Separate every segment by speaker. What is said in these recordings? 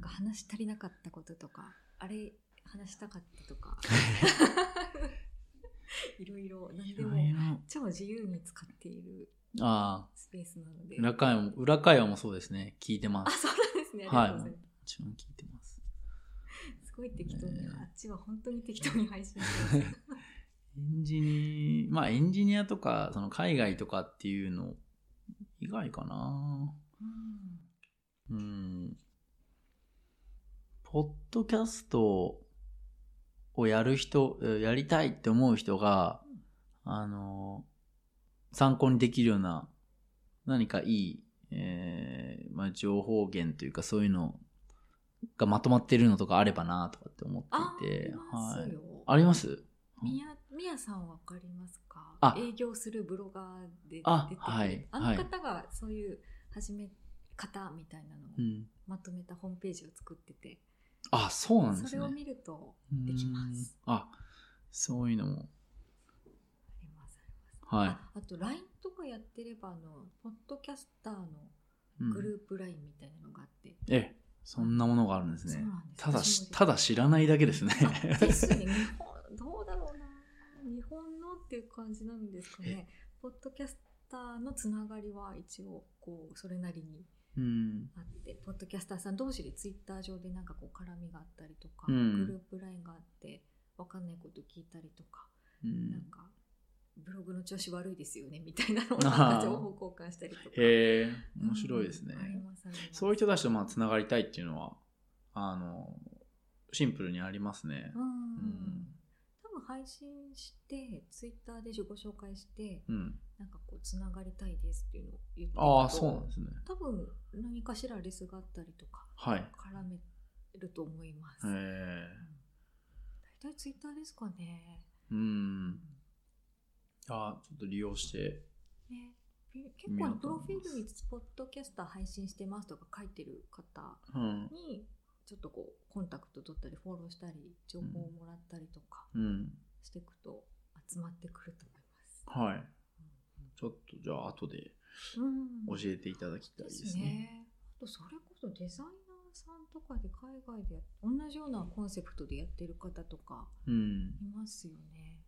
Speaker 1: か話し足りなかったこととか、あれ話したかったと か、いろいろ何でも超自由に使っている
Speaker 2: ああ、
Speaker 1: スペースなので。
Speaker 2: 裏会話も、裏会話もそうですね。聞いてま
Speaker 1: あ、
Speaker 2: す。
Speaker 1: そうなんですね。ありが
Speaker 2: はい。
Speaker 1: とうご
Speaker 2: も
Speaker 1: ざいま
Speaker 2: ちろん聞いてます。
Speaker 1: す。すごい適当に、
Speaker 2: ね
Speaker 1: あっちは本当に適当に配信 してます。
Speaker 2: エンジニア、まあエンジニアとか、その海外とかっていうの以外かな。
Speaker 1: うん
Speaker 2: うん。ポッドキャストをやる人、えやりたいって思う人が、あの、参考にできるような、何かいい、えーまあ、情報源というかそういうのがまとまってるのとかあればなとかって思
Speaker 1: あ
Speaker 2: っ、てい
Speaker 1: り
Speaker 2: て、
Speaker 1: ます
Speaker 2: はい。
Speaker 1: よ。
Speaker 2: あります
Speaker 1: みや、みやさんわかりますか
Speaker 2: あ
Speaker 1: 営業するブロガーで出て
Speaker 2: あ
Speaker 1: くる
Speaker 2: はい
Speaker 1: あ
Speaker 2: は
Speaker 1: の
Speaker 2: い
Speaker 1: 方がそういう始め方みたいなのを
Speaker 2: うん。
Speaker 1: まとめたホームページを作ってて、
Speaker 2: あ、そうなんで
Speaker 1: そ
Speaker 2: す
Speaker 1: れ
Speaker 2: ね
Speaker 1: を。見るとできます。
Speaker 2: うんあ、そういうのも。
Speaker 1: ありますあります。
Speaker 2: はい。
Speaker 1: ああと LINE とかやってればあのポッドキャスターの
Speaker 2: うん
Speaker 1: グループ LINE みたいなのがあって、
Speaker 2: ええ、そんなものがあるんです
Speaker 1: そう
Speaker 2: ね。
Speaker 1: なんです
Speaker 2: ただ
Speaker 1: 私も
Speaker 2: し、ただ知らないだけですね。
Speaker 1: あですね日本どうだろうな日本のっていう感じなんですかねポッドキャスターのつながりは一応こうそれなりに
Speaker 2: うん。
Speaker 1: あってポッドキャスターさん同士でツイッター上でなんかこう絡みがあったりとか、
Speaker 2: うん
Speaker 1: グループ LINE があって分かんないこと聞いたりとか、
Speaker 2: う
Speaker 1: なん
Speaker 2: ん、
Speaker 1: かブログの調子悪いですよねみたいなのをなんか情報交換したりとか。
Speaker 2: へえ、面白いですね
Speaker 1: うん。ありますあります
Speaker 2: そういう人たちとまあつながりたいっていうのは、あの、シンプルにありますね。
Speaker 1: うん
Speaker 2: ん
Speaker 1: 多分配信してツイッターで自己紹介して
Speaker 2: うん。
Speaker 1: なんかこうつながりたいですっていうのを言っていくと
Speaker 2: ああ、そうなんですね。
Speaker 1: 多分何かしらレスがあったりとか
Speaker 2: はい。へ
Speaker 1: 絡めると思います、
Speaker 2: え。
Speaker 1: 大体ツイッターですかね
Speaker 2: うん。ああ、ちょっと利用して。
Speaker 1: ね結構プロフィールにポッドキャスター配信してますとか書いてる方
Speaker 2: うん。
Speaker 1: にちょっとこうコンタクト取ったりフォローしたり情報をもらったりとか
Speaker 2: うん。
Speaker 1: していくと集まってくると思います。
Speaker 2: はい。ちょっとじゃあ後で
Speaker 1: うん
Speaker 2: 教えていただきたいですね。
Speaker 1: あとそれこそデザイナーさんとかで海外でやっ同じようなコンセプトでやってる方とか
Speaker 2: うん。
Speaker 1: いますよね。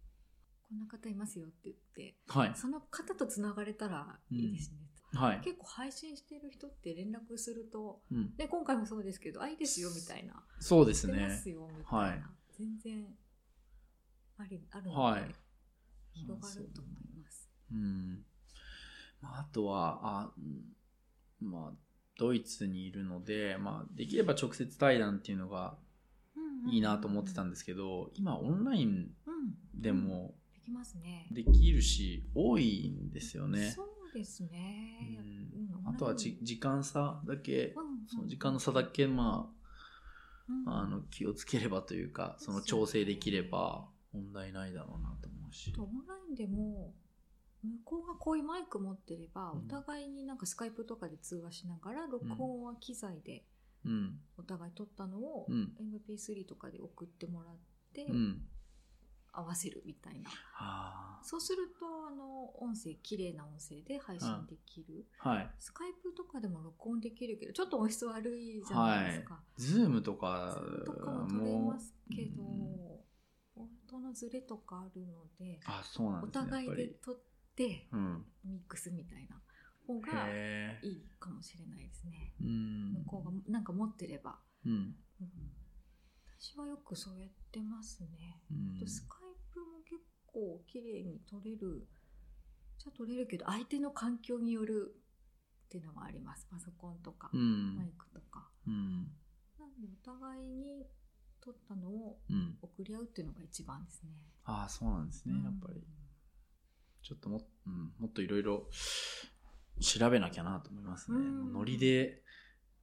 Speaker 1: こんな方いますよって言って
Speaker 2: はい。
Speaker 1: その方とつながれたらいいですね。
Speaker 2: はい。
Speaker 1: 結構配信してる人って連絡すると
Speaker 2: うん、
Speaker 1: で今回もそうですけど「あいいですよ」みたいな
Speaker 2: そう
Speaker 1: 「
Speaker 2: です
Speaker 1: 知って
Speaker 2: ね。
Speaker 1: ますよ」みたいな、
Speaker 2: はい
Speaker 1: 全然ありあるので、
Speaker 2: はい
Speaker 1: 広がると思います。
Speaker 2: うん。まあ、あとは、あ、うんまあ、ドイツにいるので、まあ、できれば直接対談っていうのがいいなと思ってたん
Speaker 1: で
Speaker 2: ですけど、今オンライン
Speaker 1: す、うん、
Speaker 2: でも
Speaker 1: できますね。
Speaker 2: できるし、多いんですよね
Speaker 1: そ。うですね。
Speaker 2: うん
Speaker 1: うん
Speaker 2: あとはじ、時間差だけ
Speaker 1: う、んうん
Speaker 2: その時間の差だけ、ま
Speaker 1: うん
Speaker 2: あ、あの、気をつければというか、その調整できれば問題ないだろうなと思うし
Speaker 1: あと。オンラインでも向こうがこういうマイク持ってれば、
Speaker 2: うん
Speaker 1: お互いになんかスカイプとかで通話しながら録音は機材で
Speaker 2: うん。
Speaker 1: お互い撮ったのを
Speaker 2: うん
Speaker 1: MP3 とかで送ってもらって
Speaker 2: うん。
Speaker 1: 合わせるみたいな、
Speaker 2: は
Speaker 1: そうするとあの音声綺麗な音声で配信できる、
Speaker 2: あ。はい。
Speaker 1: スカイプとかでも録音できるけどちょっと音質悪いじゃないですか、
Speaker 2: ズームとか
Speaker 1: そうとかも取れ
Speaker 2: も
Speaker 1: ますけど、音のズレとかあるので
Speaker 2: あそうなん
Speaker 1: お
Speaker 2: ですね
Speaker 1: 互い
Speaker 2: やっぱ
Speaker 1: で
Speaker 2: り、
Speaker 1: 撮って
Speaker 2: うん、
Speaker 1: ミックスみたいな方が
Speaker 2: へえ
Speaker 1: いいかもしれないですね。
Speaker 2: うん
Speaker 1: 向こうがなんか持ってれば、
Speaker 2: うん
Speaker 1: うん私はよくそうやってますね。
Speaker 2: うん
Speaker 1: あとスカイプも結構綺麗に撮れるじゃ撮れるけど相手の環境によるっていうのもありますパソコンとか
Speaker 2: う
Speaker 1: マイ
Speaker 2: ん
Speaker 1: クとか。
Speaker 2: うん
Speaker 1: なんでお互いに撮ったのを
Speaker 2: うん
Speaker 1: 送り合うっていうのが一番ですね。
Speaker 2: あそうなんですねやっぱりちょっとも,、うん、もっといろいろ調べなきゃなと思いますね、
Speaker 1: うん
Speaker 2: もうノリで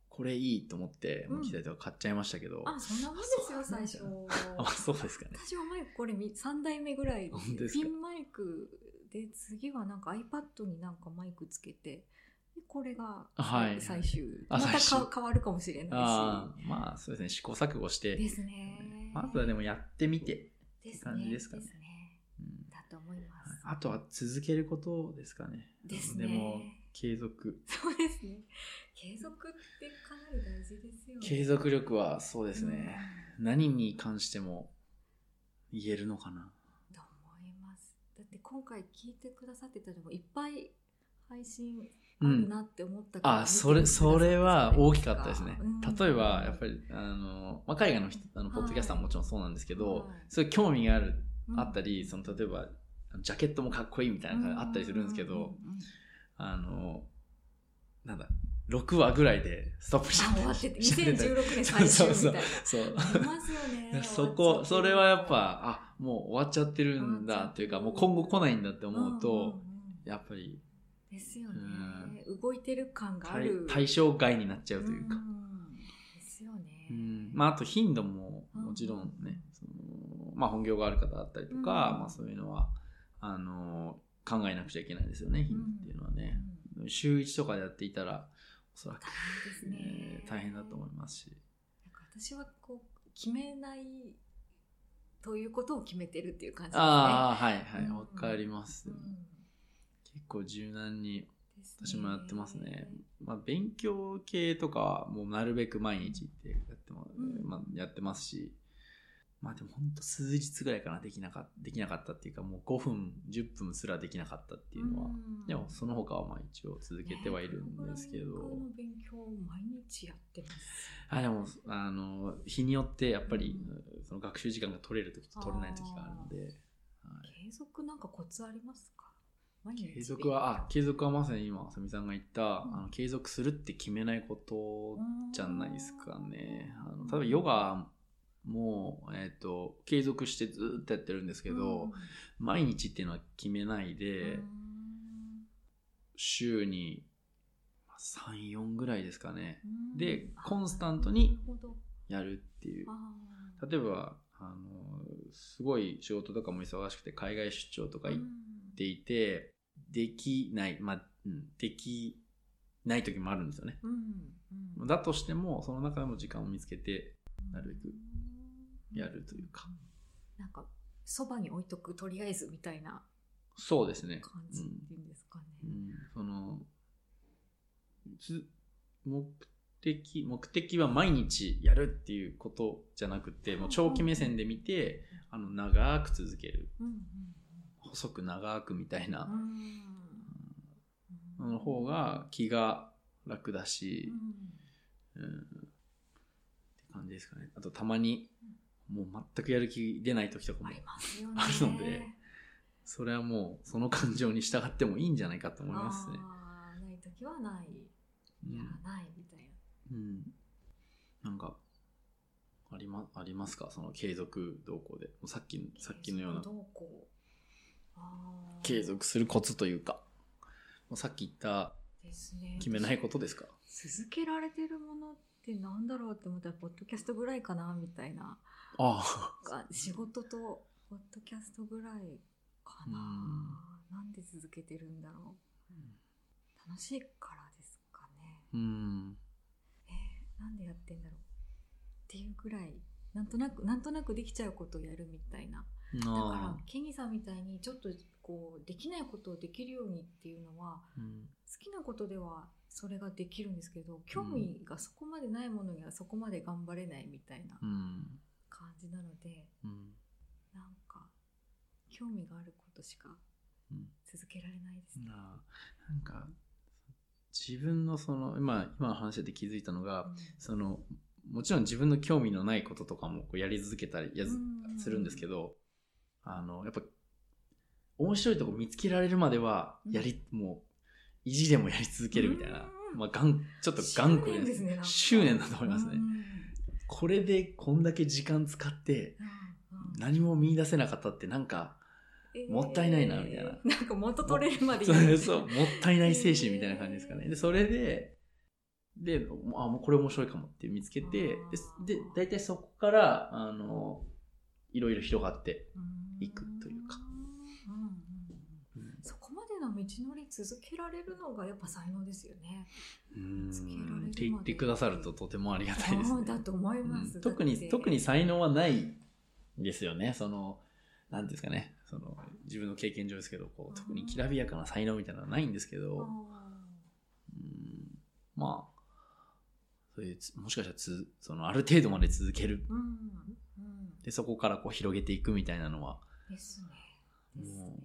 Speaker 2: これいいと思って、
Speaker 1: うん
Speaker 2: 機材とか買っちゃいましたけど
Speaker 1: あ、そんなもんですよ、
Speaker 2: そうなん
Speaker 1: 最
Speaker 2: だ
Speaker 1: 初。
Speaker 2: あそうですかね
Speaker 1: 私はマイクこれ3代目ぐらい
Speaker 2: 本当です
Speaker 1: ピ
Speaker 2: か
Speaker 1: ンマイクで次はなんか iPad になんかマイクつけてでこれが
Speaker 2: はい
Speaker 1: 最終、
Speaker 2: あ
Speaker 1: また
Speaker 2: 最終
Speaker 1: か変わるかもしれ
Speaker 2: あ
Speaker 1: な
Speaker 2: ーまあそうですね試行錯誤し
Speaker 1: いしで
Speaker 2: て
Speaker 1: すね
Speaker 2: まずはでもやってみて、
Speaker 1: で
Speaker 2: 感じですかね
Speaker 1: ですね
Speaker 2: うん
Speaker 1: だと思います、
Speaker 2: あとは続けることですかね。
Speaker 1: ですね
Speaker 2: でも継続。
Speaker 1: そうですね。継続ってかなり大事ですよね。
Speaker 2: 継続力はそうですね。何に関しても言えるのかな。
Speaker 1: うん。と思います。だって今回聞いてくださってたのもいっぱい配信あ
Speaker 2: う
Speaker 1: る
Speaker 2: ん。
Speaker 1: なって思ったから
Speaker 2: あ、それ、それは大きかったですね。例えば、やっ
Speaker 1: り
Speaker 2: ぱり、あの、まあ、海外の人、あの、ポッドキャスターももちろんそうなんですけど、
Speaker 1: はい
Speaker 2: そういう興味がある、あったり、その、例えば、ジャケットもかっこいいみたいなのがあったりするんですけど、あの、なんだ、6話ぐらいでストップしちゃ
Speaker 1: あ
Speaker 2: っ
Speaker 1: 終わ
Speaker 2: た
Speaker 1: ってて
Speaker 2: しちゃって
Speaker 1: 2016年最終みたいな
Speaker 2: そう。
Speaker 1: ありますよね
Speaker 2: そこ、それはやっ
Speaker 1: 終わちゃ
Speaker 2: ぱ、あ、もう終わっちゃってるんだっていうか、もう今後来ないんだって
Speaker 1: う
Speaker 2: 思う
Speaker 1: うんうん
Speaker 2: と、
Speaker 1: うん
Speaker 2: やっぱり
Speaker 1: ですよね動いてる感があ
Speaker 2: 対
Speaker 1: る
Speaker 2: 対象外になっちゃうというか。
Speaker 1: んですよね
Speaker 2: うんまあ、あと頻度ももちろん
Speaker 1: うん
Speaker 2: ね、そのまあ、本業がある方だったりと
Speaker 1: う
Speaker 2: か、
Speaker 1: ん
Speaker 2: まあ、そういうのはあの考えなくちゃいけないですよね頻度っていうのは
Speaker 1: うん
Speaker 2: ね、週1とかでやっていたらおそらく
Speaker 1: 大、変ですね
Speaker 2: えー大変だと思いますし、
Speaker 1: なんか私はこう決めないということを決めてるっていう感じですね
Speaker 2: ああはいはい
Speaker 1: うん
Speaker 2: わかります、
Speaker 1: うん
Speaker 2: 結構柔軟に
Speaker 1: ですね
Speaker 2: 私もやってますね、まあ、勉強系とかはもうなるべく毎日ってやっても、
Speaker 1: うん
Speaker 2: まあ、やってますしまあでもほんと数日ぐらいかなできなかできなかったっていうかもう5分10分すらできなかったっていうのは、
Speaker 1: ん
Speaker 2: でもその他はまあ一応続けてはいるんですけど、
Speaker 1: ねえプログラミングの勉強を毎日やってます。
Speaker 2: あでもあの日によってやっぱり、
Speaker 1: う
Speaker 2: その学習時間が取れる時と取れない時があるので、はい
Speaker 1: 継続なんかコツありますか？毎日
Speaker 2: 継続はあ継続はまさに今あさみさんが言った、
Speaker 1: ん
Speaker 2: あの継続するって決めないこと
Speaker 1: うん
Speaker 2: じゃないですかね。あの例えばヨガも、えー、と継続してずーっとやってるんですけど、
Speaker 1: うん
Speaker 2: 毎日っていうのは決めないで、
Speaker 1: うん
Speaker 2: 週に34ぐらいですかね
Speaker 1: うん
Speaker 2: で
Speaker 1: あ
Speaker 2: コンスタントに
Speaker 1: なるほど
Speaker 2: やるっていう
Speaker 1: あー
Speaker 2: 例えばあのすごい仕事とかも忙しくて海外出張とか行っ
Speaker 1: うん
Speaker 2: ていて、できないまあ、うん、できない時もあるんですよね
Speaker 1: うんうん
Speaker 2: だとしてもその中でも時間を見つけてなるべくやるというか
Speaker 1: んなんかそばに置いとくとりあえずみたいな
Speaker 2: そうですね
Speaker 1: 感じっていうんですかね。
Speaker 2: うんそのつ目的目的は毎日やるっていうことじゃなくてもう長期目線で見てあの長く続ける
Speaker 1: うんうん
Speaker 2: 細く長くみたいな
Speaker 1: うんうん
Speaker 2: のの方が気が楽だ
Speaker 1: う
Speaker 2: し、
Speaker 1: ん
Speaker 2: うんって感じですかねあとたまにもう全くやる気出ない時とかも
Speaker 1: ありますよね。
Speaker 2: あるのでそれはもうその感情に従ってもいいんじゃないかと思いますね。
Speaker 1: あーない時はない、
Speaker 2: うん
Speaker 1: いやないみたい
Speaker 2: うん、なんかあり,、ま、ありますかその継続動向でもうさっき
Speaker 1: な。
Speaker 2: さっきのような
Speaker 1: どうこう。あー
Speaker 2: 継続するコツというかもうさっき言った
Speaker 1: ですね。
Speaker 2: 決めないことですか
Speaker 1: 続けられてるものってなんだろうって思ったら、ポッドキャストぐらいかなみたいな。
Speaker 2: ああ
Speaker 1: が仕事とポッドキャストぐらいかな。なんで続けてるんだろう。楽しいからですかね。
Speaker 2: うん
Speaker 1: なんでやってんだろう。っていうぐらい、なんとなく、なんとなくできちゃうことをやるみたいな。だから
Speaker 2: ああ
Speaker 1: ケニーさんみたいにちょっとこうできないことをできるようにっていうのは
Speaker 2: うん
Speaker 1: 好きなことではそれができるんですけど興味がそこまでないものにはそこまで頑張れないみたいな
Speaker 2: うん
Speaker 1: 感じなので
Speaker 2: うん
Speaker 1: なんか興味があることしか
Speaker 2: うん
Speaker 1: 続けられないですね。
Speaker 2: ななんか自分のその今今の話で気づいたのがそのもちろん自分の興味のないこととかもこうやり続けたりやず
Speaker 1: うん
Speaker 2: するんですけど、あのやっぱ面白いとこ見つけられるまでは
Speaker 1: うん
Speaker 2: やり、もう意地でもやり続けるみたいな、
Speaker 1: うん
Speaker 2: まあ、がんちょっと頑固
Speaker 1: 執念
Speaker 2: で
Speaker 1: ですすねなんか
Speaker 2: 執念だと思いますね、
Speaker 1: うん
Speaker 2: これでこんだけ時間使って
Speaker 1: うん
Speaker 2: 何も見出せなかったってなんか
Speaker 1: えー
Speaker 2: もったいないなみたいな
Speaker 1: なんか元取れるまで
Speaker 2: そう
Speaker 1: やる
Speaker 2: そう、もったいない精神みたいな感じですかね。で、それで、で、あ、もうこれ面白いかもって見つけて、で、で大体そこから、あの、いろいろ広がって、行くというか
Speaker 1: うんうんうんそこまでの道のり続けられるのがやっぱ才能ですよね。
Speaker 2: うん、
Speaker 1: つけられるまで
Speaker 2: って言ってくださるととてもありがたいです
Speaker 1: ああ
Speaker 2: ね。
Speaker 1: だと思います。
Speaker 2: うん特に、
Speaker 1: だって
Speaker 2: 特に才能はないんですよね。その、なんていうんですかね、その、自分の経験上ですけど、こう、特にきらびやかな才能みたいなのはないんですけ
Speaker 1: あ
Speaker 2: ど、
Speaker 1: あ
Speaker 2: まあ、そういうつ、もしかしたらつ、その、ある程度まで続ける。
Speaker 1: うんうん
Speaker 2: で、そこからこう広げていくみたいなのは、
Speaker 1: ですねですね
Speaker 2: も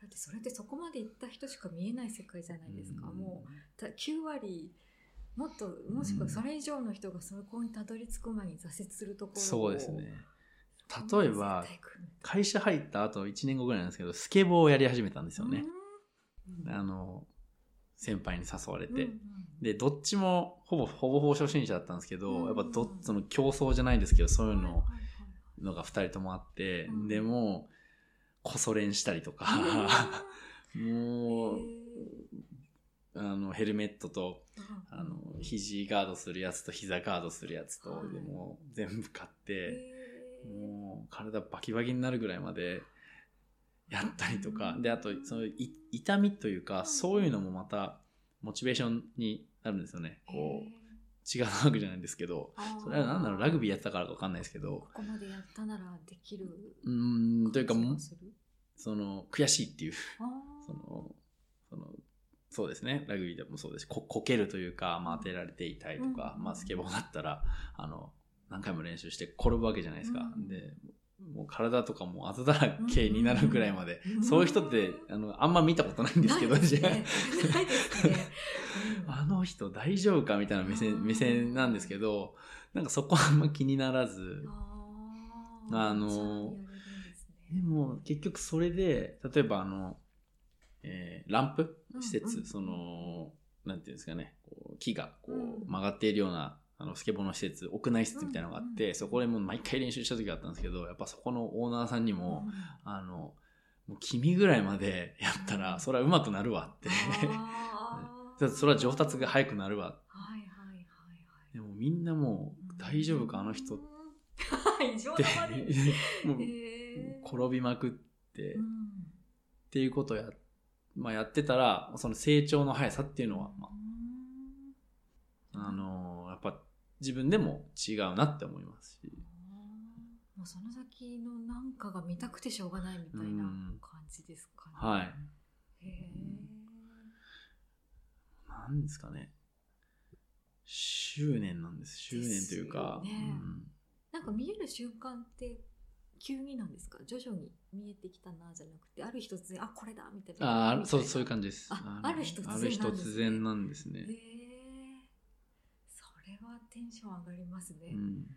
Speaker 1: だってそれってそこまで行った人しか見えない世界じゃないですか、
Speaker 2: うん
Speaker 1: もうた9割もっともしくはそれ以上の人がそこにたどり着く前に挫折するところを
Speaker 2: そうですね。
Speaker 1: そこまで
Speaker 2: 例えば
Speaker 1: 絶対来るんだ
Speaker 2: 会社入った後1年後ぐらいなんですけど、スケボーをやり始めたんですよね。
Speaker 1: うん
Speaker 2: あの、先輩に誘われ
Speaker 1: うんう
Speaker 2: て。
Speaker 1: ん
Speaker 2: で、どっちもほぼ、ほぼほぼ初心者だったんですけど、
Speaker 1: うん
Speaker 2: やっぱど、その競争じゃないですけど、そういうの
Speaker 1: はいはいはい
Speaker 2: のが2人ともあって、
Speaker 1: うん
Speaker 2: でも、こそ練したりとか、 もう、あの、ヘルメットと、あの、肘ガードするやつと膝ガードするやつと、
Speaker 1: はい
Speaker 2: でもう全部買って、
Speaker 1: えー
Speaker 2: もう体バキバキになるぐらいまでやったりとか
Speaker 1: う、ん
Speaker 2: で、あと、そのい痛みというか、そういうのもまた、モチベーションになるんですよね。こう、血が騒ぐじゃないんですけど、それは何だろう、ラグビーやってたからかわかんないですけど
Speaker 1: こ、こまでやったならできる
Speaker 2: うーん、というか、
Speaker 1: 感じ
Speaker 2: も
Speaker 1: がする
Speaker 2: その、悔しいっていう、
Speaker 1: あー
Speaker 2: その、その、そうですね。ラグビーでもそうですし、こ、こけるというか、まあ当てられていたりとか、
Speaker 1: うん
Speaker 2: まあスケボーだったら、あの、何回も練習して転ぶわけじゃないですか。
Speaker 1: うん
Speaker 2: で、もう体とかもうあざだらけになるぐらいまで、
Speaker 1: うん
Speaker 2: そういう人って、あの、あんま見たことないんですけど、。
Speaker 1: ないですねないです ねうん
Speaker 2: あの人大丈夫かみたいな目
Speaker 1: あー
Speaker 2: 線、目線なんですけど、なんかそこはあんま気にならず、
Speaker 1: あー
Speaker 2: あのー
Speaker 1: じゃあやれるんですね
Speaker 2: でも結局それで、例えばあの、えーランプ施設、
Speaker 1: うんうん
Speaker 2: その、なんていうんですかね、こう木がこ
Speaker 1: うん
Speaker 2: う曲がっているような、あの、スケボーの施設、屋内施設みたいなのがあって、
Speaker 1: うんうん
Speaker 2: そこでもう毎回練習した時があったんですけど、やっぱそこのオーナーさんにも、あの、もう君ぐらいまでやったら、それは上手くなるわって。
Speaker 1: あー
Speaker 2: だってそれは上達が早くなるわ。
Speaker 1: はいはいはい
Speaker 2: でもみんなもう、
Speaker 1: はい
Speaker 2: 大丈夫かあの人っ
Speaker 1: うん 異常な
Speaker 2: て
Speaker 1: まで、
Speaker 2: もう
Speaker 1: へー
Speaker 2: 転びまくって
Speaker 1: う、ん
Speaker 2: っていうことをや,、まあ、やってたらその成長の速さっていうのは、ま
Speaker 1: うん
Speaker 2: ああのーやっぱ自分でも違うなって思いますし
Speaker 1: もうその先のなんかが見たくてしょうがないみたいな
Speaker 2: うん
Speaker 1: 感じですかね。
Speaker 2: はい
Speaker 1: へえ
Speaker 2: なんですかね執念なんです執念というか、
Speaker 1: ですよねなんか見える瞬間って急になんですか徐々に見えてきたなじゃなくてある日突然あこれだみたい
Speaker 2: うん、
Speaker 1: な。
Speaker 2: ああそうそういう
Speaker 1: じ。
Speaker 2: 感じです
Speaker 1: あ
Speaker 2: の
Speaker 1: ある日突然なん
Speaker 2: あ
Speaker 1: ですね
Speaker 2: る日突然なんですね
Speaker 1: へえそれはテンション上がりますね。
Speaker 2: う
Speaker 1: うん
Speaker 2: ん、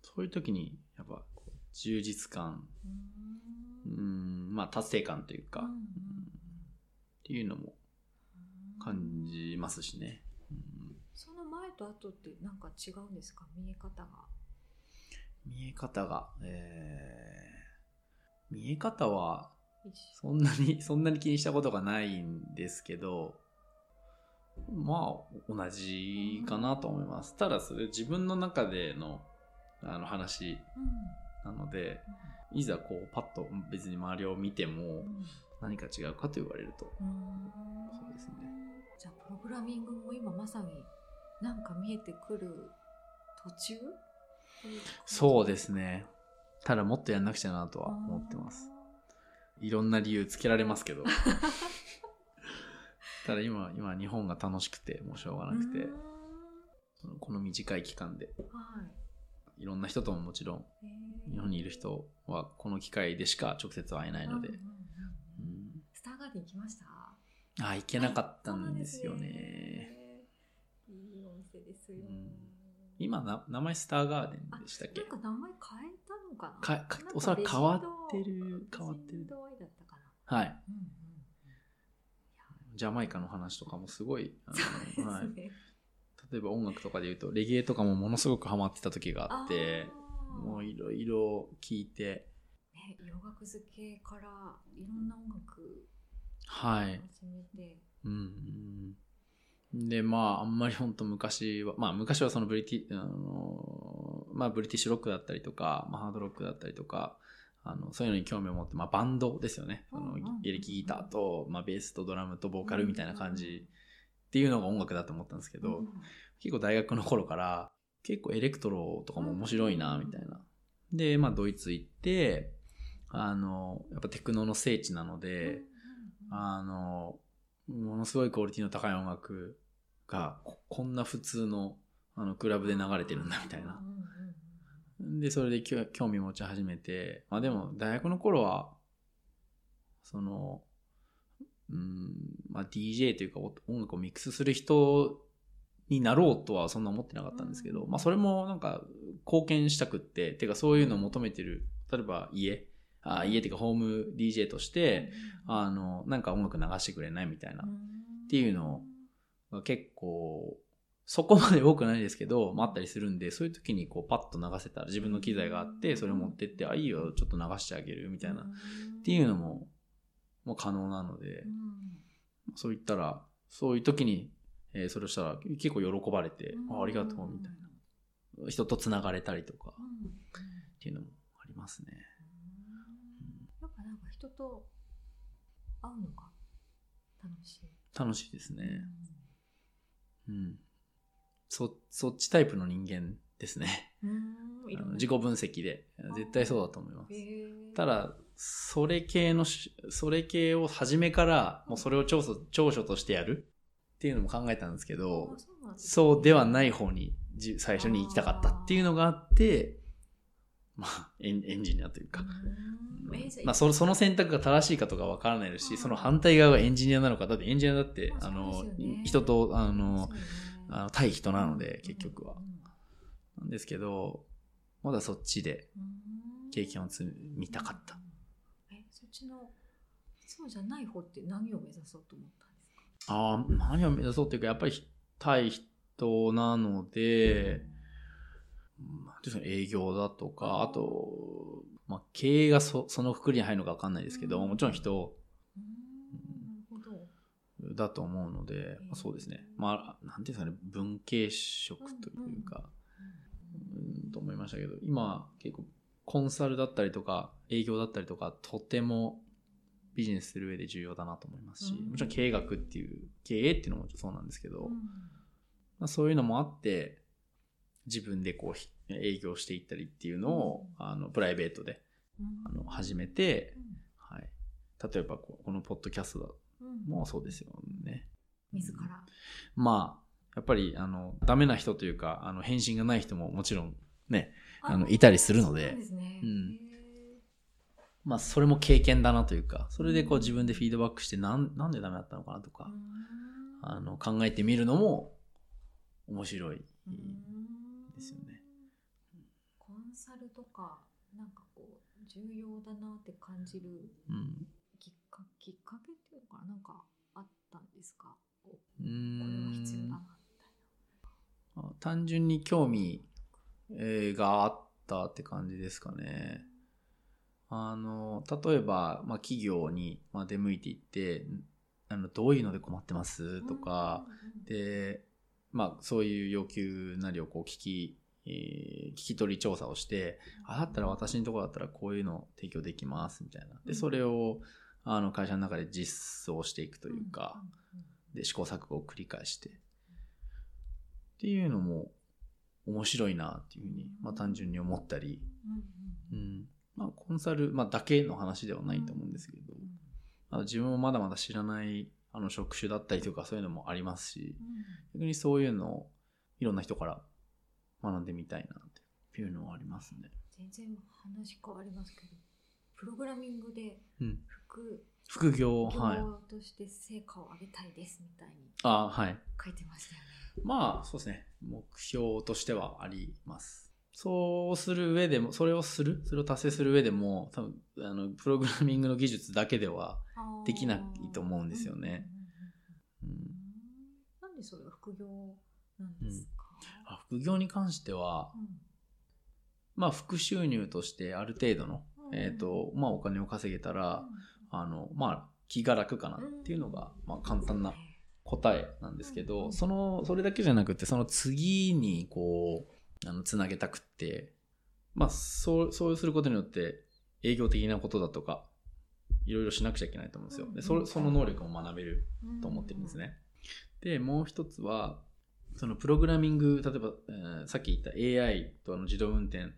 Speaker 2: そういう時にやっぱこう充実感う
Speaker 1: うん
Speaker 2: んまあ達成感というか、
Speaker 1: うんう
Speaker 2: っ
Speaker 1: ん
Speaker 2: ていうのも
Speaker 1: うん
Speaker 2: 感じますしね、うん
Speaker 1: その前と後ってなんか違うんですか見え方が。
Speaker 2: 見え方が、えー見え方は
Speaker 1: 一緒
Speaker 2: そんなに、 そんなに気にしたことがないんですけど、まあ、同じかなと思います。ただ、それ自分の中での、あの話
Speaker 1: うん
Speaker 2: なので、いざこう、パッと別に周りを見ても
Speaker 1: うん
Speaker 2: 何か違うかと言われると。
Speaker 1: うーん
Speaker 2: そうですね
Speaker 1: じゃあプログラミングも今まさになんか見えてくる途中
Speaker 2: そうですすね。ただ、もっとやんなくちゃなとは思ってます。いろんな理由つけられますけど。 ただ今、今日本が楽しくて、もうしょうがなくて、そのこの短い期間で、いろんな人とももちろん、日本にいる人はこの機会でしか直接会えないので、うん
Speaker 1: スターガーデン行きました
Speaker 2: あ、行けなかったんですよね。
Speaker 1: そうなんですねいいお店ですよ、
Speaker 2: うん今な、名前スターガーデンでしたっけ
Speaker 1: なんか名前変えたのかな
Speaker 2: かか
Speaker 1: なん
Speaker 2: おそらく変わって
Speaker 1: レジン
Speaker 2: る
Speaker 1: ド、
Speaker 2: 変わって
Speaker 1: レジン
Speaker 2: る。
Speaker 1: ドアイだったかな
Speaker 2: はい。
Speaker 1: うんうん
Speaker 2: ジャマイカの話とかもすごい、あの
Speaker 1: そう
Speaker 2: はい
Speaker 1: ですね
Speaker 2: 例えば音楽とかで言うと、レゲエとかもものすごくハマってた時があって、
Speaker 1: あー
Speaker 2: もういろいろ聞いて、
Speaker 1: ね、洋楽漬けからいろんな音楽
Speaker 2: はい。
Speaker 1: 始めて、
Speaker 2: うんうんで、まあ、あんまり本当昔は、ま あ、昔はそのブリティ、あのまあ、ブリティッシュロックだったりとか、まあ、ハードロックだったりとか、あの、そういうのに興味を持って、まあ、バンドですよね。そ
Speaker 1: うん
Speaker 2: の
Speaker 1: うんうんうん、
Speaker 2: エレキギターと、まあ、ベースとドラムとボーカルみたいな感じっていうのが音楽だと思ったんですけど、
Speaker 1: うん
Speaker 2: 結構大学の頃から、結構エレクトロとかも面白いな、みたいな。で、まあ、ドイツ行って、あの、やっぱテクノの聖地なの
Speaker 1: うん
Speaker 2: で、
Speaker 1: うんうん
Speaker 2: あの、ものすごいクオリティの高い音楽が、ここんな普通の、あの、クラブで流れてるんだみたいな
Speaker 1: う。んうんうん
Speaker 2: で、それできょ興味持ち始めて、まあでも、大学の頃は、その、うん、まあ DJ というかお音楽をミックスする人になろうとはそんな思ってなかったんですけど、
Speaker 1: うん
Speaker 2: まあそれもなんか貢献したくって、てかそういうのを求めてる、例えば家、あ家っていうかホーム DJ として、あの、なんか音楽流してくれないみたいな
Speaker 1: うん、
Speaker 2: ていうのを結構、そこまで多くないですけど、 まあ、あったりするんで、そういう時にこうパッと流せたら自分の機材があって、それを持ってって、あ、いいよ、ちょっと流してあげる、みたいな。っ
Speaker 1: って
Speaker 2: いうのも、もう可能なので、そう言ったら、そういう時に、えーそれをしたら結構喜ばれて、あありがとう、みたいな。人と繋がれたりとか、
Speaker 1: うんうんうん
Speaker 2: っていうのもありますね。
Speaker 1: やっぱなんか人と会うのが楽しい。
Speaker 2: 楽しいです
Speaker 1: う
Speaker 2: ね。
Speaker 1: ん
Speaker 2: うん。そ、そっちタイプの人間ですね。
Speaker 1: うんいろんな
Speaker 2: 自己分析で。絶対そうだと思います。
Speaker 1: へー
Speaker 2: ただ、それ系のし、それ系を初めから、もうそれを長所、長所としてやるっていうのも考えたんですけど
Speaker 1: あ、そうなんですね
Speaker 2: そうではない方に、じ最初に行きたかったっていうのがあって、まあ、エンエンジニアというか、
Speaker 1: うんえーじゃ
Speaker 2: まあ、そのその選択が正しいかとかわからないです
Speaker 1: うん
Speaker 2: し、その反対側がエンジニアなのか、だってエンジニアだって、
Speaker 1: まあ
Speaker 2: あの
Speaker 1: そうですよね、
Speaker 2: 人と、あ
Speaker 1: そ
Speaker 2: の
Speaker 1: う、ね
Speaker 2: あの対人なので、結局は
Speaker 1: う。ん
Speaker 2: なんですけど、まだそっちで
Speaker 1: うん
Speaker 2: 経験を積みたかった
Speaker 1: う。ん。え、そっちの、そうじゃない方って何を目指そうと思ったんですか
Speaker 2: ああ、何を目指そうっていうか、やっぱり対人なので、まあですね営業だと
Speaker 1: あ
Speaker 2: か、
Speaker 1: ー
Speaker 2: あと、まあ、経営がそそのくくりに入るのか分かんないですけど、
Speaker 1: うん
Speaker 2: もちろん人
Speaker 1: うんなるほど。
Speaker 2: だと思うので、
Speaker 1: うん
Speaker 2: まあそうですね。まあ、なんていうんですかね、文系色というか、うんと思いましたけど、今結構コンサルだったりとか、営業だったりとか、とてもビジネスする上で重要だなと思いますし、
Speaker 1: うん
Speaker 2: もちろん経営学っていう、経営っていうのもそうなんですけど、
Speaker 1: うん
Speaker 2: まあ、そういうのもあって自分でこうひ営業していったりっていうのを、あのプライベートで
Speaker 1: うん
Speaker 2: あの始めて
Speaker 1: う、ん
Speaker 2: はい、例えばこうこのポッドキャスト
Speaker 1: うん
Speaker 2: もそうですよね。
Speaker 1: 自ら。
Speaker 2: まあやっぱりあのダメな人というかあの返信がない人ももちろんね、あのいたりするので
Speaker 1: そうなんですね。
Speaker 2: うん
Speaker 1: へ
Speaker 2: まあ、それも経験だなというかそれでこう自分でフィードバックしてなんなんでダメだったのかなと
Speaker 1: ー
Speaker 2: か
Speaker 1: う、ん
Speaker 2: あの考えてみるのも面白い。
Speaker 1: うん
Speaker 2: ですよね。
Speaker 1: コンサルとか、なんかこう、重要だなって感じる
Speaker 2: うん
Speaker 1: きっかきっかけっていうのかな、なんかあったんですかおこ
Speaker 2: うー
Speaker 1: れは必要だ
Speaker 2: ん
Speaker 1: なみたい
Speaker 2: あ単純に興味、えーがあったって感じですかね。あの、例えば、まあ、企業に、まあ、出向いていって、あの、どういうので困ってます
Speaker 1: な。
Speaker 2: とか、で、まあ、そういう要求なりをこう聞き、えー聞き取り調査をして、あ、だったら私のところだったらこういうの提供できます、みたいな。で、それを、あの、会社の中で実装していくと
Speaker 1: と
Speaker 2: いうか、で試行錯誤を繰り返してっていうのも面白いなっていうふうに、まあ、単純に思ったり、うんまあ、コンサル、まあ、だけの話ではないと思うんですけど、あの自分もまだまだ知らないあの職種だったりとかそういうのもありますし逆にそういうのをいろんな人から学んでみたいなっていうのはありますね。
Speaker 1: 全然話変わりますけどプログラミングで
Speaker 2: うん、
Speaker 1: 副
Speaker 2: 副業
Speaker 1: 業
Speaker 2: はい
Speaker 1: として成果を上げたいですみたいに
Speaker 2: あはい
Speaker 1: 書いてましたよね。
Speaker 2: まあ、そうですね。目標としてはあります。そうする上でも、それをする、それを達成する上でも、多分、あの、プログラミングの技術だけでは、
Speaker 1: あー
Speaker 2: できないと思うんですよね。うん
Speaker 1: うんうんうんうんなんでそれが副業なんですか、
Speaker 2: あ副業に関しては、まあ、副収入としてある程度の、
Speaker 1: うん
Speaker 2: えっ、と、まあ、お金を稼げたら、あの、まあ、気が楽かなっていうのが、まあ、簡単な答えなんですけ
Speaker 1: うん
Speaker 2: ど、その、それだけじゃなくて、その次にこう、あの、つなげたくって、まあ、そう、そうすることによって、営業的なことだとか、いろいろしなくちゃいけないと思うんですよ。で、それその能力も学べると思ってるんです。ね。で、もう一つは、そのプログラミング、例えば、えーさっき言った AI とあの自動運転、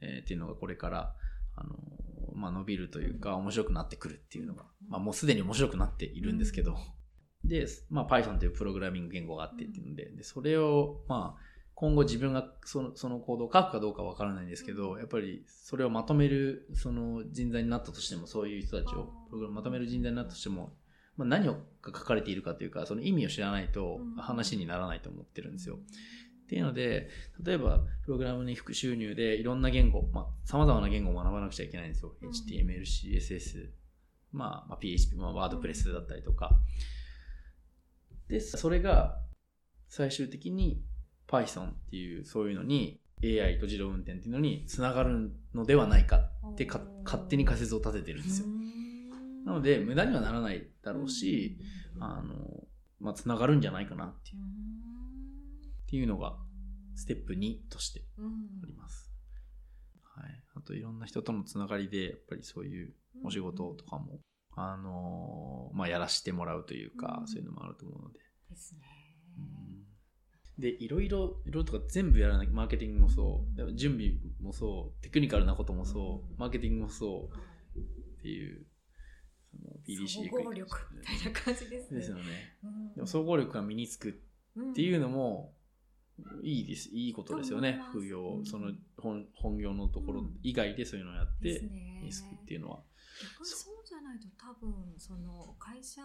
Speaker 2: えーっていうのがこれから、あのまあ、伸びるというか、面白くなってくるっていうのが、まあ、もうすでに面白くなっているんですけど、で、まあ、Python というプログラミング言語があってっていうので、でそれを、まあ、今後自分がそのその行動を書くかどうかわからないんですけど、やっぱりそれをまとめるその人材になったとしても、そういう人たちを、プログラムまとめる人材になったとしても、まあ、何が書かれているかというか、その意味を知らないと
Speaker 1: うん
Speaker 2: 話にならないと思ってるんですよ。
Speaker 1: う
Speaker 2: っていうので、例えば、プログラムに副収入でいろんな言語、まあ、様々な言語を学ばなくちゃいけないんですよ。
Speaker 1: うん
Speaker 2: HTML、CSS、まあ、まあ、PHP、まあ、ワードプレスだったりとか。で、それが、最終的に Python っていう、そういうのに、AI と自動運転っていうのに繋がるのではないか
Speaker 1: ん
Speaker 2: ってか、勝手に仮説を立ててるんですよ。なので、無駄にはならないだろうし、、
Speaker 1: うん
Speaker 2: あの、まあ、繋がるんじゃないかなっていうっていうのが、ステップ2として
Speaker 1: うん
Speaker 2: あります。はい。あといろんな人とのつながりで、やっぱりそういうお仕事とかも、あのーまあ、やらしてもらうというか、
Speaker 1: うん
Speaker 2: そういうのもあると思うので。
Speaker 1: ですね。
Speaker 2: うんで、いろいろ、いろいろとか全部やらない。マーケティングもそう。でも準備もそう。テクニカルなこともそう。マーケティングもそう。っていう、その PDC
Speaker 1: 総合力みたいな感じですね。
Speaker 2: ですよね。
Speaker 1: うん
Speaker 2: でも総合力が身につくっていうのも、いいです、いいことですよね。
Speaker 1: うん
Speaker 2: 副業
Speaker 1: う、ん
Speaker 2: その本本業のところ以外でそういうのをやっ
Speaker 1: うんで
Speaker 2: て
Speaker 1: す、ね
Speaker 2: リスクっていうのは。
Speaker 1: 逆にそうじゃないと多分その会社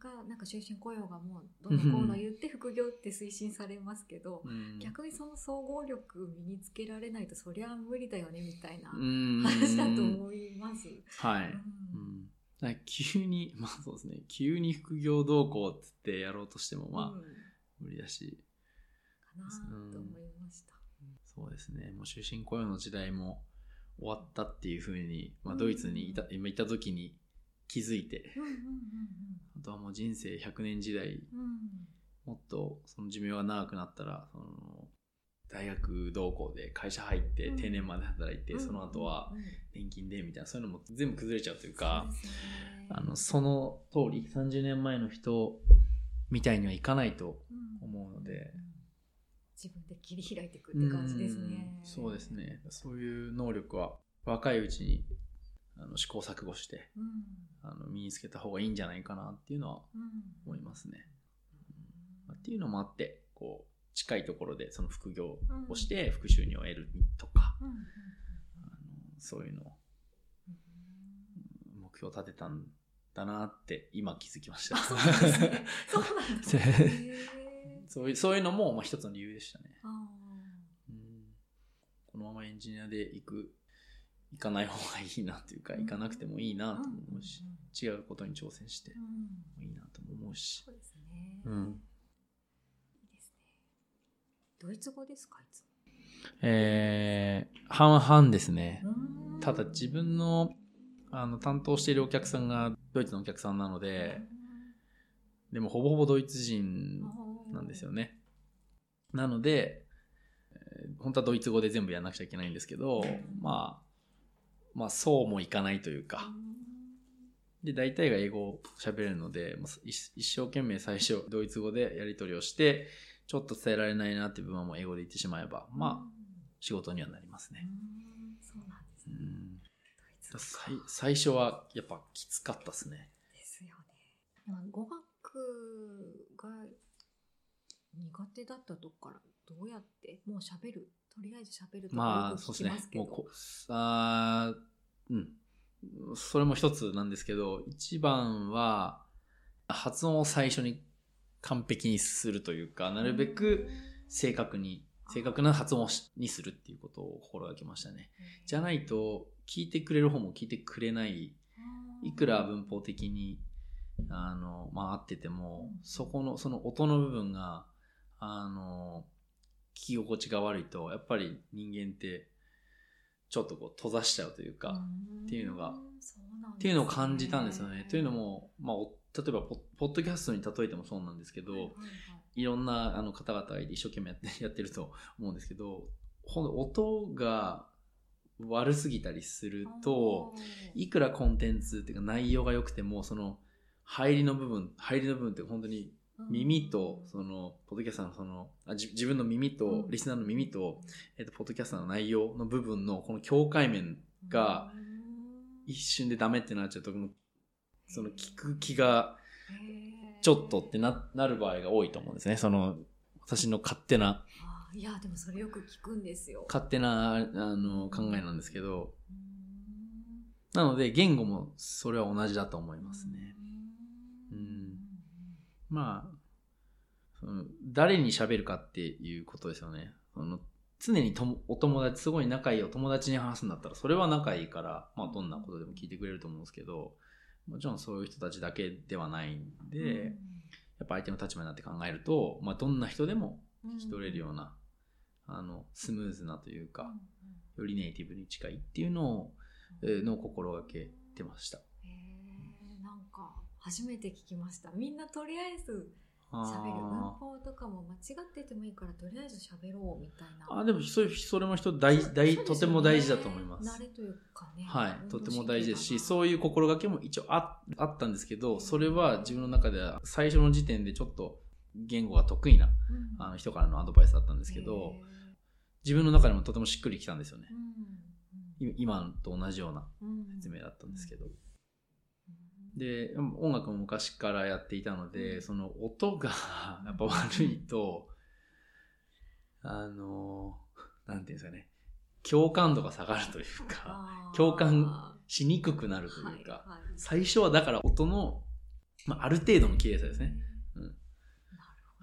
Speaker 1: がなんか終身雇用がもうどうのこうの言って副業って推進されますけど、
Speaker 2: うん
Speaker 1: 逆にその総合力身につけられないとそりゃ無理だよねみたいな
Speaker 2: うん
Speaker 1: 話だと思います。
Speaker 2: は
Speaker 1: う
Speaker 2: い。うんんだから急に、 まあそうですね、急に副業動向っつってやろうとしても、ま
Speaker 1: う
Speaker 2: あ
Speaker 1: んか
Speaker 2: 無理だし、
Speaker 1: なーと思いました。
Speaker 2: そうですね、もう終身雇用の時代も終わったっていうふうに、まあ
Speaker 1: うん
Speaker 2: ドイツにいた、今いた時に気づいて、
Speaker 1: うんうん
Speaker 2: あとはもう人生100年時代
Speaker 1: うんうん
Speaker 2: もっとその寿命が長くなったらその大学同行で会社入って
Speaker 1: うん
Speaker 2: 定年まで働いて、
Speaker 1: うん
Speaker 2: その後は
Speaker 1: うんうん
Speaker 2: 年金でみたいなそういうのも全部崩れちゃうというか
Speaker 1: そうですね
Speaker 2: あのその通り30年前の人みたいにはいかないと
Speaker 1: うん
Speaker 2: 思うので
Speaker 1: 自分で切り開いていくって感じですね。
Speaker 2: うんそうです。ねそういう能力は若いうちにあの試行錯誤して
Speaker 1: うん
Speaker 2: あの身につけた方がいいんじゃないかなっていうのは
Speaker 1: うん
Speaker 2: 思いますね。
Speaker 1: う
Speaker 2: まあ
Speaker 1: ん
Speaker 2: っていうのもあってこう近いところでその副業をして副収入を得るとか、
Speaker 1: うんうんうん
Speaker 2: あのそういうのを
Speaker 1: うん
Speaker 2: 目標を立てたんだなって今気づきました
Speaker 1: あ、 そうなんです ね。そうなんですね。へー
Speaker 2: そういうそういうのもまあ一つの理由でしたね、
Speaker 1: あ
Speaker 2: うん、このままエンジニアで行く行かない方がいいなというか
Speaker 1: うん
Speaker 2: 行かなくてもいいな
Speaker 1: ー
Speaker 2: とも思うし、
Speaker 1: んん
Speaker 2: 違うことに挑戦して
Speaker 1: うんうん
Speaker 2: いいなとも思うし
Speaker 1: そ、うですね。
Speaker 2: うん
Speaker 1: いいですね。ドイツ語ですかいつ
Speaker 2: えー、半々ですね
Speaker 1: も。
Speaker 2: ただ自分のあの担当しているお客さんがドイツのお客さんなのででもほぼほぼドイツ人なんですよ
Speaker 1: ね。
Speaker 2: ね。なので、えー本当はドイツ語で全部やらなくちゃいけないんですけど、まあ、まあそうもいかないという
Speaker 1: う
Speaker 2: か。
Speaker 1: ん
Speaker 2: で、大体が英語を喋れるので、まあ一一生懸命最初ドイツ語でやり取りをして、ちょっと伝えられないなっていう部分はもう英語で言ってしまえば、まあ仕事にはなります
Speaker 1: う
Speaker 2: ね。
Speaker 1: んそうなんです
Speaker 2: う
Speaker 1: ね。
Speaker 2: ん
Speaker 1: ドイツ語か
Speaker 2: 最最初はやっぱきつかったですね。
Speaker 1: ですよね。まあ語学が苦手だったとこからどうやってもう喋るとりあえず喋るとか
Speaker 2: ま
Speaker 1: よ
Speaker 2: あ
Speaker 1: く
Speaker 2: そう
Speaker 1: 聞き
Speaker 2: です
Speaker 1: ま
Speaker 2: ね
Speaker 1: す。け
Speaker 2: もう
Speaker 1: ど
Speaker 2: こ、あーうん。それも一つなんですけど、一番は、発音を最初に完璧にするというか、なるべく正確に、正確な発音をしにするっていうことを心がけましたね。じゃ
Speaker 1: い
Speaker 2: ないと、聞いてくれる方も聞いてくれない、いくら文法的に、あの、まあ合ってても
Speaker 1: う、ん
Speaker 2: そこの、その音の部分が、あの、聞き心地が悪いと、やっぱり人間って、ちょっとこう閉ざしちゃうというか、っていうのがっていうのを感じたんですよね。というの、も、まあ、お例えばポ、ポッドキャストに例えてもそうなんですけ
Speaker 1: そ
Speaker 2: ど、、
Speaker 1: うなんですねはいはいはい
Speaker 2: ろんなあの方々がいて一生懸命やって やってると思うんですけど、ほんと音が悪すぎたりする
Speaker 1: い
Speaker 2: と、、いくらコンテンツっていうか内容が良くても、その、入りの部分、入りの部分って本当に耳と、その、ポッドキャストのその、あじ自分の耳と、リスナーの耳と、、えっと、ポッドキャストの内容の部分のこの境界面が、一瞬でダメってなっちゃうと、もうその聞く気が
Speaker 1: ち
Speaker 2: ちょっとってななる場合が多いと思うんですね。その、私の勝手な、
Speaker 1: いやでもそれよく聞くんですよ。
Speaker 2: 勝手な、あの、考えなんですけど、
Speaker 1: うーん
Speaker 2: なので、言語もそれは同じだと思いますね。。
Speaker 1: うー
Speaker 2: うんまあ、その誰に喋るかっていうことですよね。その常にともお友達、すごい仲いいお友達に話すんだったら、それは仲いいから、まあ、どんなことでも聞いてくれると思うんですけど、もちろんそういう人たちだけではないんで、やっぱ相手の立場になって考えると、まあ、どんな人でも
Speaker 1: うん、
Speaker 2: 聞き取れるような、あの、スムーズなというか、よりネイティブに近いっていうのを、えーのを心がけてました。
Speaker 1: へーなんか初めて聞きました。みんなとりあえず喋る文
Speaker 2: あ
Speaker 1: 法とかも間違っててもいいからとりあえず喋ろうみたいな。
Speaker 2: ーあでもそういうそれも人大大、
Speaker 1: そうですよね
Speaker 2: とても大事だと思いま
Speaker 1: 慣
Speaker 2: す
Speaker 1: れ。というかね。
Speaker 2: はい、とても大事ですし、
Speaker 1: う
Speaker 2: そういう心がけも一応ああったんですけど、それは自分の中では最初の時点でちょっと言語が得意なあの人からのアドバイスだったんで
Speaker 1: です
Speaker 2: けど、自分の中でもとてもしっくりきたんですよね。い今と同じような説明だったんですけど。で、音楽も昔からやっていたので、その音が やっぱ悪いと、あの、なんていうんですかね、共感度が下がるというか、共感しにくくなるというか、最初はだから音の、まあ、ある程度の綺麗さですね。うん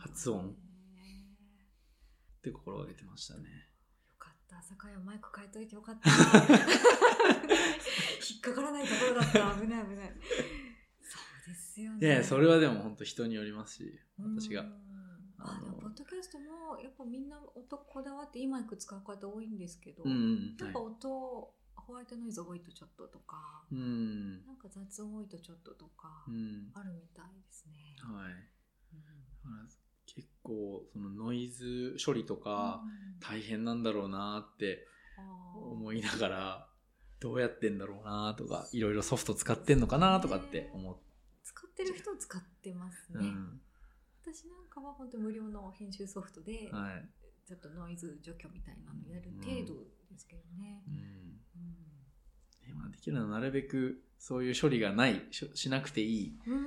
Speaker 2: 発音
Speaker 1: よ
Speaker 2: って心がけてましたね。
Speaker 1: かった酒井はマイク変えといてよ かった引っかからないところだった危ない危ないそうですよ
Speaker 2: い
Speaker 1: ね
Speaker 2: やいやそれはでも本当人によりますし、私
Speaker 1: う
Speaker 2: が
Speaker 1: ん。あでもポッドキャストもやっぱみんな音こだわっていいマイク使う方多いんですけど、
Speaker 2: うんうん、
Speaker 1: やっぱ
Speaker 2: はい。
Speaker 1: 音、ホワイトノイズ多いとちょっととか、
Speaker 2: うん。
Speaker 1: なんか雑音多いとちょっととか、
Speaker 2: うん。
Speaker 1: あるみたいですね。
Speaker 2: はい。
Speaker 1: うん
Speaker 2: だから結構、そのノイズ処理とか、大変なんだろうなって
Speaker 1: うんあー
Speaker 2: 思いながら、どうやってんだろうなとか、いろいろソフト使ってんのかなとかって思って。
Speaker 1: 使ってる人を使ってますね。
Speaker 2: うん。
Speaker 1: 私なんかは本当無料の編集ソフトで、
Speaker 2: はい。
Speaker 1: ちょっとノイズ除去みたいなのやる程度ですけどね。
Speaker 2: うん
Speaker 1: うん
Speaker 2: ねまあ、できるのはなるべくそういう処理がないしょしなくていい、
Speaker 1: うん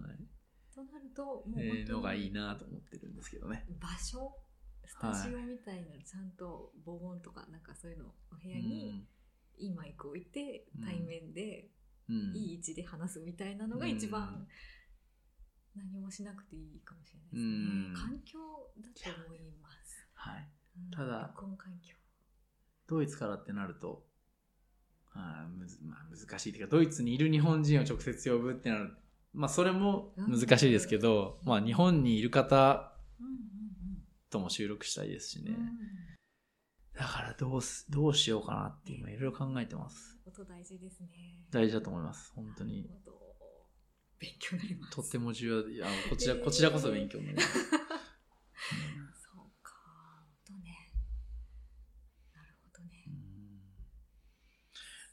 Speaker 2: はい
Speaker 1: となると、もう
Speaker 2: えー
Speaker 1: 本当
Speaker 2: のがいい
Speaker 1: に
Speaker 2: なと思ってるんですけどね。
Speaker 1: 場所、スタジオみたいな、ちゃんと防音とか、なんかそういうの、お部
Speaker 2: う
Speaker 1: 屋に
Speaker 2: ん
Speaker 1: いいマイク置いて
Speaker 2: う、ん
Speaker 1: 対面で
Speaker 2: うん
Speaker 1: いい位置で話すみたいなのが一番何もしなくていいかもしれないですね。
Speaker 2: うん
Speaker 1: 環境だと思います。
Speaker 2: はい、
Speaker 1: うん
Speaker 2: ただ
Speaker 1: 録音環境。
Speaker 2: ドイツからってなるとあーむず、まあ、難しいというかドイツにいる日本人を直接呼ぶってなる、まあ、それも難しいですけど、
Speaker 1: うん
Speaker 2: まあ、日本にいる方
Speaker 1: うんう
Speaker 2: とも収録したいですし
Speaker 1: んう
Speaker 2: ね
Speaker 1: ん。うん
Speaker 2: だからどうすどうしようかなって今いろいろ考えてます。
Speaker 1: 音大事ですね。
Speaker 2: 大事だと思います本当に
Speaker 1: なるほど。勉強になります。
Speaker 2: とっても重要であのこちらこちらこそ勉強になり ます。うん
Speaker 1: そうか。音ね。なるほどね
Speaker 2: う。ん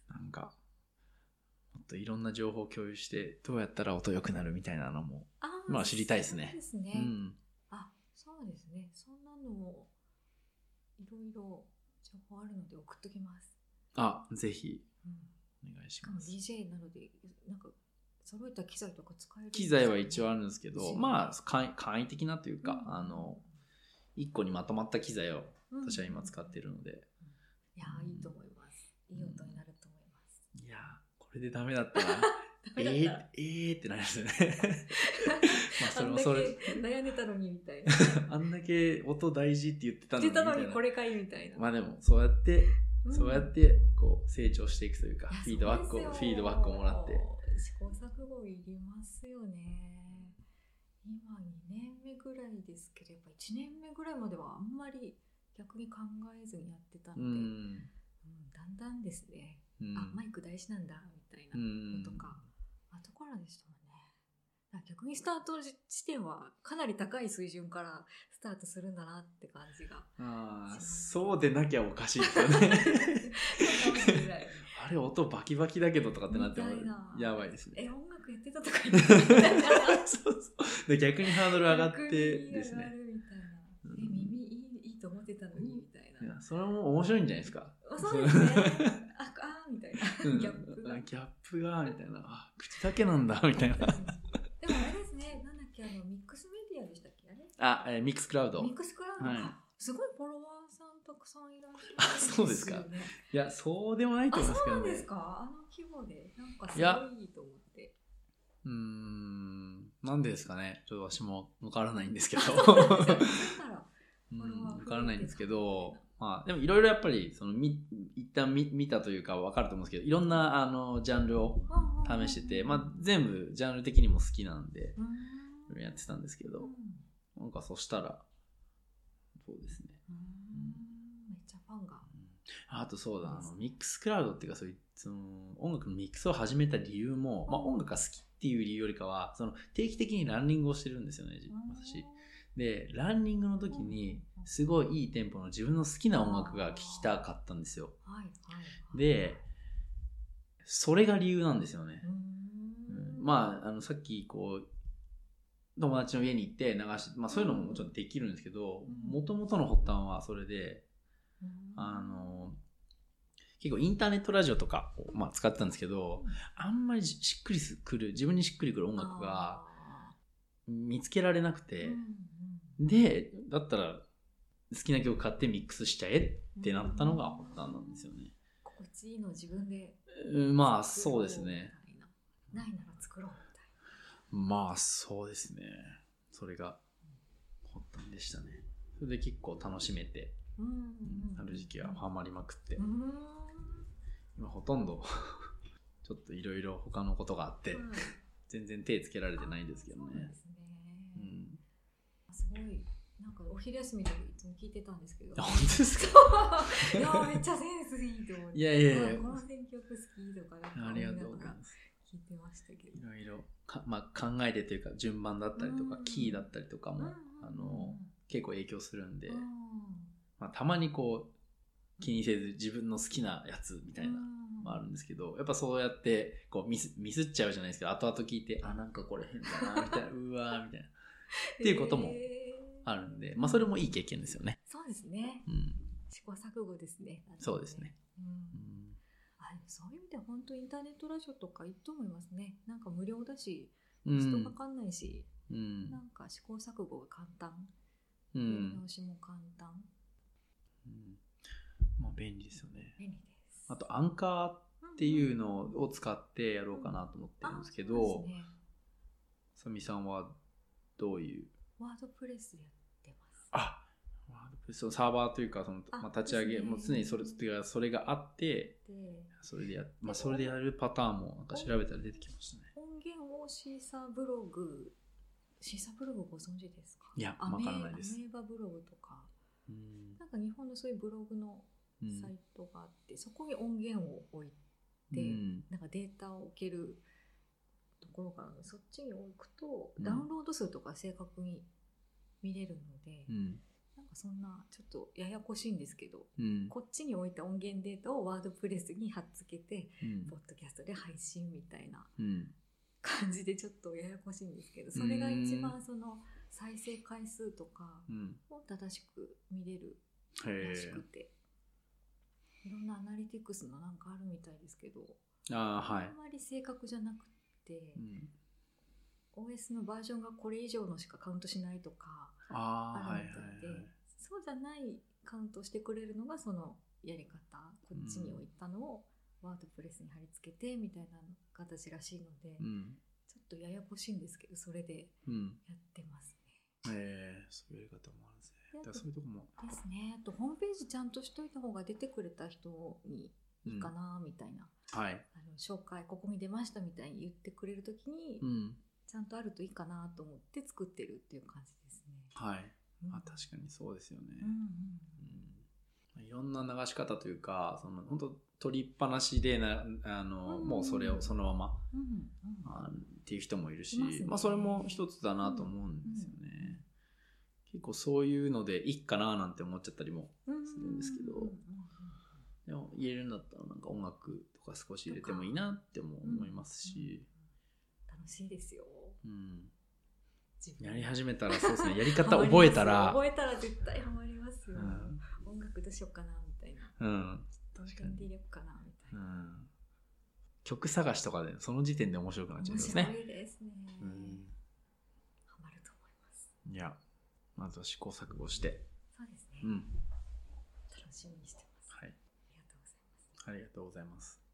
Speaker 2: なんか、もっといろんな情報を共有して、どうやったら音良くなるみたいなのも。
Speaker 1: あー
Speaker 2: まあ知りたいですね
Speaker 1: そうですね。
Speaker 2: うん。
Speaker 1: あ、そうですね。そんなのもいろいろ情報あるので送っときます。
Speaker 2: あ、ぜひ、
Speaker 1: うん
Speaker 2: お願いし
Speaker 1: しかも
Speaker 2: ます。
Speaker 1: DJ なので、なんか、揃えた機材とか使える
Speaker 2: 機材は一応あるんですけ
Speaker 1: そう
Speaker 2: ど、まあ、簡易簡易的なというか、
Speaker 1: うん
Speaker 2: あの、一個にまとまった機材を
Speaker 1: うん
Speaker 2: 私は今使っているので、
Speaker 1: いやー、いいと思います。いい音になると思います。
Speaker 2: いやー、これでダメだ ったら、え
Speaker 1: ダメだ
Speaker 2: ー
Speaker 1: っ、
Speaker 2: えーってなります よね。まあ、
Speaker 1: た
Speaker 2: それもそれ、
Speaker 1: あんだけ悩んでたのにみたいな。
Speaker 2: あんだけ音大事って言ってたのに
Speaker 1: 出
Speaker 2: みた
Speaker 1: た
Speaker 2: いな。
Speaker 1: のにこれかいみたいな。
Speaker 2: まあでも、そうやって、
Speaker 1: ん
Speaker 2: そうやってこう成長していくというか、
Speaker 1: いや
Speaker 2: フィードバックを
Speaker 1: そうです
Speaker 2: フ
Speaker 1: よ
Speaker 2: ィードバックをもらって
Speaker 1: 試行錯誤いりますよね。今2年目ぐらいですけれど、1年目ぐらいまではあんまり逆に考えずにやってたので、
Speaker 2: う
Speaker 1: うん
Speaker 2: ん、
Speaker 1: だんだんですね、
Speaker 2: うん
Speaker 1: あ、マイク大事なんだ、みたいな。
Speaker 2: うん
Speaker 1: とか、後からでしたもんね。だから逆にスタート時地点はかなり高い水準からスタートするんだなって感じ が。
Speaker 2: あーそうでなきゃおかしいですよ ねあれ音バキバキだけどとかってなっても
Speaker 1: みたいな
Speaker 2: やばいですね
Speaker 1: え、音楽やってたとか言 ってたみたいな
Speaker 2: そうそうで逆にハードル上がってです
Speaker 1: 逆に
Speaker 2: ね
Speaker 1: 上がるみたいな
Speaker 2: うん
Speaker 1: え、耳いいいいと思ってたのにみたい
Speaker 2: い
Speaker 1: な。
Speaker 2: やそれも面白いんじゃないですか
Speaker 1: あそうですね。あ、あーみたいな。
Speaker 2: うん
Speaker 1: ギャップが
Speaker 2: あギャップがみたいなあ口だけなんだみたいな
Speaker 1: でもあれですね、
Speaker 2: あ、えーミックスクラウド。
Speaker 1: ミックスクラウドか、
Speaker 2: はい
Speaker 1: すごいフォロワーさんたくさんいらっしゃる、
Speaker 2: あそうですか
Speaker 1: よね
Speaker 2: いや、そうでもないと
Speaker 1: あ、
Speaker 2: 思いますけ
Speaker 1: そ
Speaker 2: ど
Speaker 1: う
Speaker 2: ね。
Speaker 1: ですかあの規模で、なんかす
Speaker 2: い
Speaker 1: ご
Speaker 2: や
Speaker 1: いいいと思 って。
Speaker 2: うーん。なんでですかね。ちょっと私もわからないんですけ ど。
Speaker 1: だから
Speaker 2: うん
Speaker 1: これは
Speaker 2: わからないんですけ
Speaker 1: 増え
Speaker 2: ど
Speaker 1: てた、
Speaker 2: まあ、でもいろいろやっぱり、その、み、一旦見、見たというかわかると思うんですけど、いろんな、あの、ジャンルを 試してて、まあ、全部、ジャンル的にも好きなんで、
Speaker 1: うん
Speaker 2: いろいろやってたんですけ
Speaker 1: う
Speaker 2: ど
Speaker 1: ん、
Speaker 2: なんかそしたら、そうですね。
Speaker 1: めっちゃファンが。
Speaker 2: あとそうだ、あの、ミックスクラウドっていうか、そういう、その、音楽のミックスを始めた理由も、まあ、音楽が好きっていう理由よりかは、その、定期的にランニングをしてるんですよね、私。で、ランニングの時に、すごいいいテンポの自分の好きな音楽が聴きたかったんですよ。
Speaker 1: はいはいはい、
Speaker 2: で、それが理由なんですよね
Speaker 1: う。ん、
Speaker 2: うんまあ、あの、さっき、こう、友達の家に行って流して、まあそういうのももちろんできるんですけど
Speaker 1: う、ん
Speaker 2: もともとの発端はそれで、
Speaker 1: うん
Speaker 2: あの、結構インターネットラジオとかを、まあ、使ってたんですけど、あんまりじしっくりすくる、自分にしっくりくる音楽が
Speaker 1: あ
Speaker 2: 見つけられなく
Speaker 1: ー
Speaker 2: て
Speaker 1: うんう、
Speaker 2: で、だったら好きな曲買ってミックスしちゃえ
Speaker 1: ん
Speaker 2: ってなったのが発端なんですよね。
Speaker 1: 心地いいの自分で
Speaker 2: うんまあそうですね。
Speaker 1: 作ろうみたいな。ないなら作ろうみたいな。
Speaker 2: まあそうですね。それが発端でしたね。それで結構楽しめて、
Speaker 1: うん
Speaker 2: うん
Speaker 1: うん
Speaker 2: ある時期はハマりまくって
Speaker 1: う、ん
Speaker 2: 今ほとんど ちょっといろいろ他のことがあって、
Speaker 1: はい
Speaker 2: 全然手つけられてないんですけど
Speaker 1: そうなん
Speaker 2: ね
Speaker 1: で。すね。
Speaker 2: うん、
Speaker 1: すごい、なんかお昼休みとかいつも聞いてたんです けど。
Speaker 2: 本当ですか
Speaker 1: いやめっちゃセンスいいと思って。
Speaker 2: いやいやいや
Speaker 1: あこの選曲好きとかなんか
Speaker 2: ありがとうござい
Speaker 1: ら
Speaker 2: ます。
Speaker 1: 聞いてましたけど
Speaker 2: い。ろいろか、まあ、考えてというか順番だったりとか
Speaker 1: うん
Speaker 2: キーだったりとか
Speaker 1: うんうん
Speaker 2: も
Speaker 1: うん
Speaker 2: あの結構影響するんで、
Speaker 1: うん
Speaker 2: まあ、たまにこう気にせず自分の好きなやつみたい
Speaker 1: う
Speaker 2: な
Speaker 1: ん
Speaker 2: まああるんですけどやっぱそうやってこうミスミスっちゃうじゃないですけど後々聞いてあなんかこれ変だなみ たいなうわーみたいなっていうことも
Speaker 1: へー
Speaker 2: あるんで、まあ、それもいい経験ですよね。
Speaker 1: そうですね。
Speaker 2: うん、
Speaker 1: 試行錯誤ですね。
Speaker 2: そうですね。
Speaker 1: うん。
Speaker 2: うん
Speaker 1: あでもそういう意味では本当インターネットラジオとかいいと思いますね。なんか無料だし、
Speaker 2: う
Speaker 1: 人か
Speaker 2: ん
Speaker 1: かんないし、
Speaker 2: うん
Speaker 1: なんか試行錯誤が簡単、
Speaker 2: う
Speaker 1: やり
Speaker 2: ん
Speaker 1: 直しも簡単、
Speaker 2: うんまあ便利ですよね。
Speaker 1: 便利です。
Speaker 2: あとアンカーっていうのを使ってやろうかなと思ってるんですけ
Speaker 1: あ
Speaker 2: ど、
Speaker 1: そうですね
Speaker 2: さみさんはどういう
Speaker 1: ワードプレスやってます。
Speaker 2: あそのサーバーというかその、
Speaker 1: あ
Speaker 2: まあ、立ち上げ
Speaker 1: ですね
Speaker 2: もう常にそれっていうかそれがあって
Speaker 1: で
Speaker 2: それでや,、まあ、それでやるパターンもなんか調べたら出てきましたね
Speaker 1: 音源をシーサーブログシーサーブログご存知ですか
Speaker 2: いや
Speaker 1: アメ
Speaker 2: わからないです
Speaker 1: アメーバブログとか
Speaker 2: うん
Speaker 1: なんか日本のそういうブログの
Speaker 2: うん
Speaker 1: サイトがあって、そこに音源を置いて
Speaker 2: うん
Speaker 1: なんかデータを置けるところからそっちに置くと、
Speaker 2: うん
Speaker 1: ダウンロード数とか正確に見れるので、
Speaker 2: うん
Speaker 1: なんかそんなちょっとややこしいんですけど
Speaker 2: うん
Speaker 1: こっちに置いた音源データをワードプレスに貼っつけて
Speaker 2: うん
Speaker 1: ポッドキャストで配信みたいな
Speaker 2: うん
Speaker 1: 感じでちょっとややこしいんですけどそれが一番その再生回数とか
Speaker 2: うん
Speaker 1: を正しく見れるらし
Speaker 2: へ
Speaker 1: くて、いろんなアナリティクスのなんかあるみたいですけど、
Speaker 2: えああは
Speaker 1: あ
Speaker 2: い
Speaker 1: ん、まり正確じゃなくて
Speaker 2: う、ん、
Speaker 1: OS のバージョンがこれ以上のしかカウントしないとか
Speaker 2: ああ
Speaker 1: あ
Speaker 2: はい
Speaker 1: る
Speaker 2: は
Speaker 1: み
Speaker 2: い
Speaker 1: たいで、
Speaker 2: はい
Speaker 1: そうじゃないカウントしてくれるのがそのやり方こっちに置いたのをワードプレスに貼り付けてみたいな形らしいので、
Speaker 2: うん
Speaker 1: ちょっとややこしいんですけどそれで。
Speaker 2: うん
Speaker 1: やってますね。
Speaker 2: へえそういうやり方もあるんですねだからそういうとこも
Speaker 1: ですね。あとホームページちゃんとしといた方が出てくれた人にいいかなみたいな、
Speaker 2: はい
Speaker 1: あの紹介ここに出ましたみたいに言ってくれるときに、
Speaker 2: うん
Speaker 1: ちゃんとあるといいかなと思って作ってるっていう感じですね。
Speaker 2: は
Speaker 1: う
Speaker 2: い
Speaker 1: ん
Speaker 2: あ確かにそうですよね、
Speaker 1: うん
Speaker 2: うんいろんな流し方というか、その本当取りっぱなしでな、あの、
Speaker 1: うん
Speaker 2: もうそれをそのまま
Speaker 1: うんうんうん
Speaker 2: あっていう人もいるし、
Speaker 1: いま
Speaker 2: ます
Speaker 1: ね
Speaker 2: あそれも一つだなと思うんですよね。結構そういうのでいいかななんて思っちゃったりも、
Speaker 1: うん
Speaker 2: するんですけど
Speaker 1: うんうんうん
Speaker 2: でも入れるんだったらなんか音楽とか少し入れてもいいなっても思いますし、
Speaker 1: 楽しいですよ。
Speaker 2: うん。
Speaker 1: 自
Speaker 2: やり
Speaker 1: ま
Speaker 2: 始めたらそう ですね、やり方覚えたら、
Speaker 1: 覚えたら絶対ハマります
Speaker 2: う
Speaker 1: よ。
Speaker 2: ん、
Speaker 1: 音楽どうしようかなみたいな。
Speaker 2: うん、確
Speaker 1: 音源
Speaker 2: か
Speaker 1: で
Speaker 2: に。
Speaker 1: 入れようかなみたいうな。
Speaker 2: ん。曲探しとかで、その時点で面白くなっち
Speaker 1: 面
Speaker 2: ゃいます
Speaker 1: 白
Speaker 2: ね。
Speaker 1: いですね。
Speaker 2: うん
Speaker 1: ハマると思います。
Speaker 2: いや、まずは試行錯誤して。
Speaker 1: そうですね、
Speaker 2: うん。
Speaker 1: 楽しみにしてます。
Speaker 2: は
Speaker 1: あり
Speaker 2: い。
Speaker 1: がとうございます。
Speaker 2: ありがとうございます。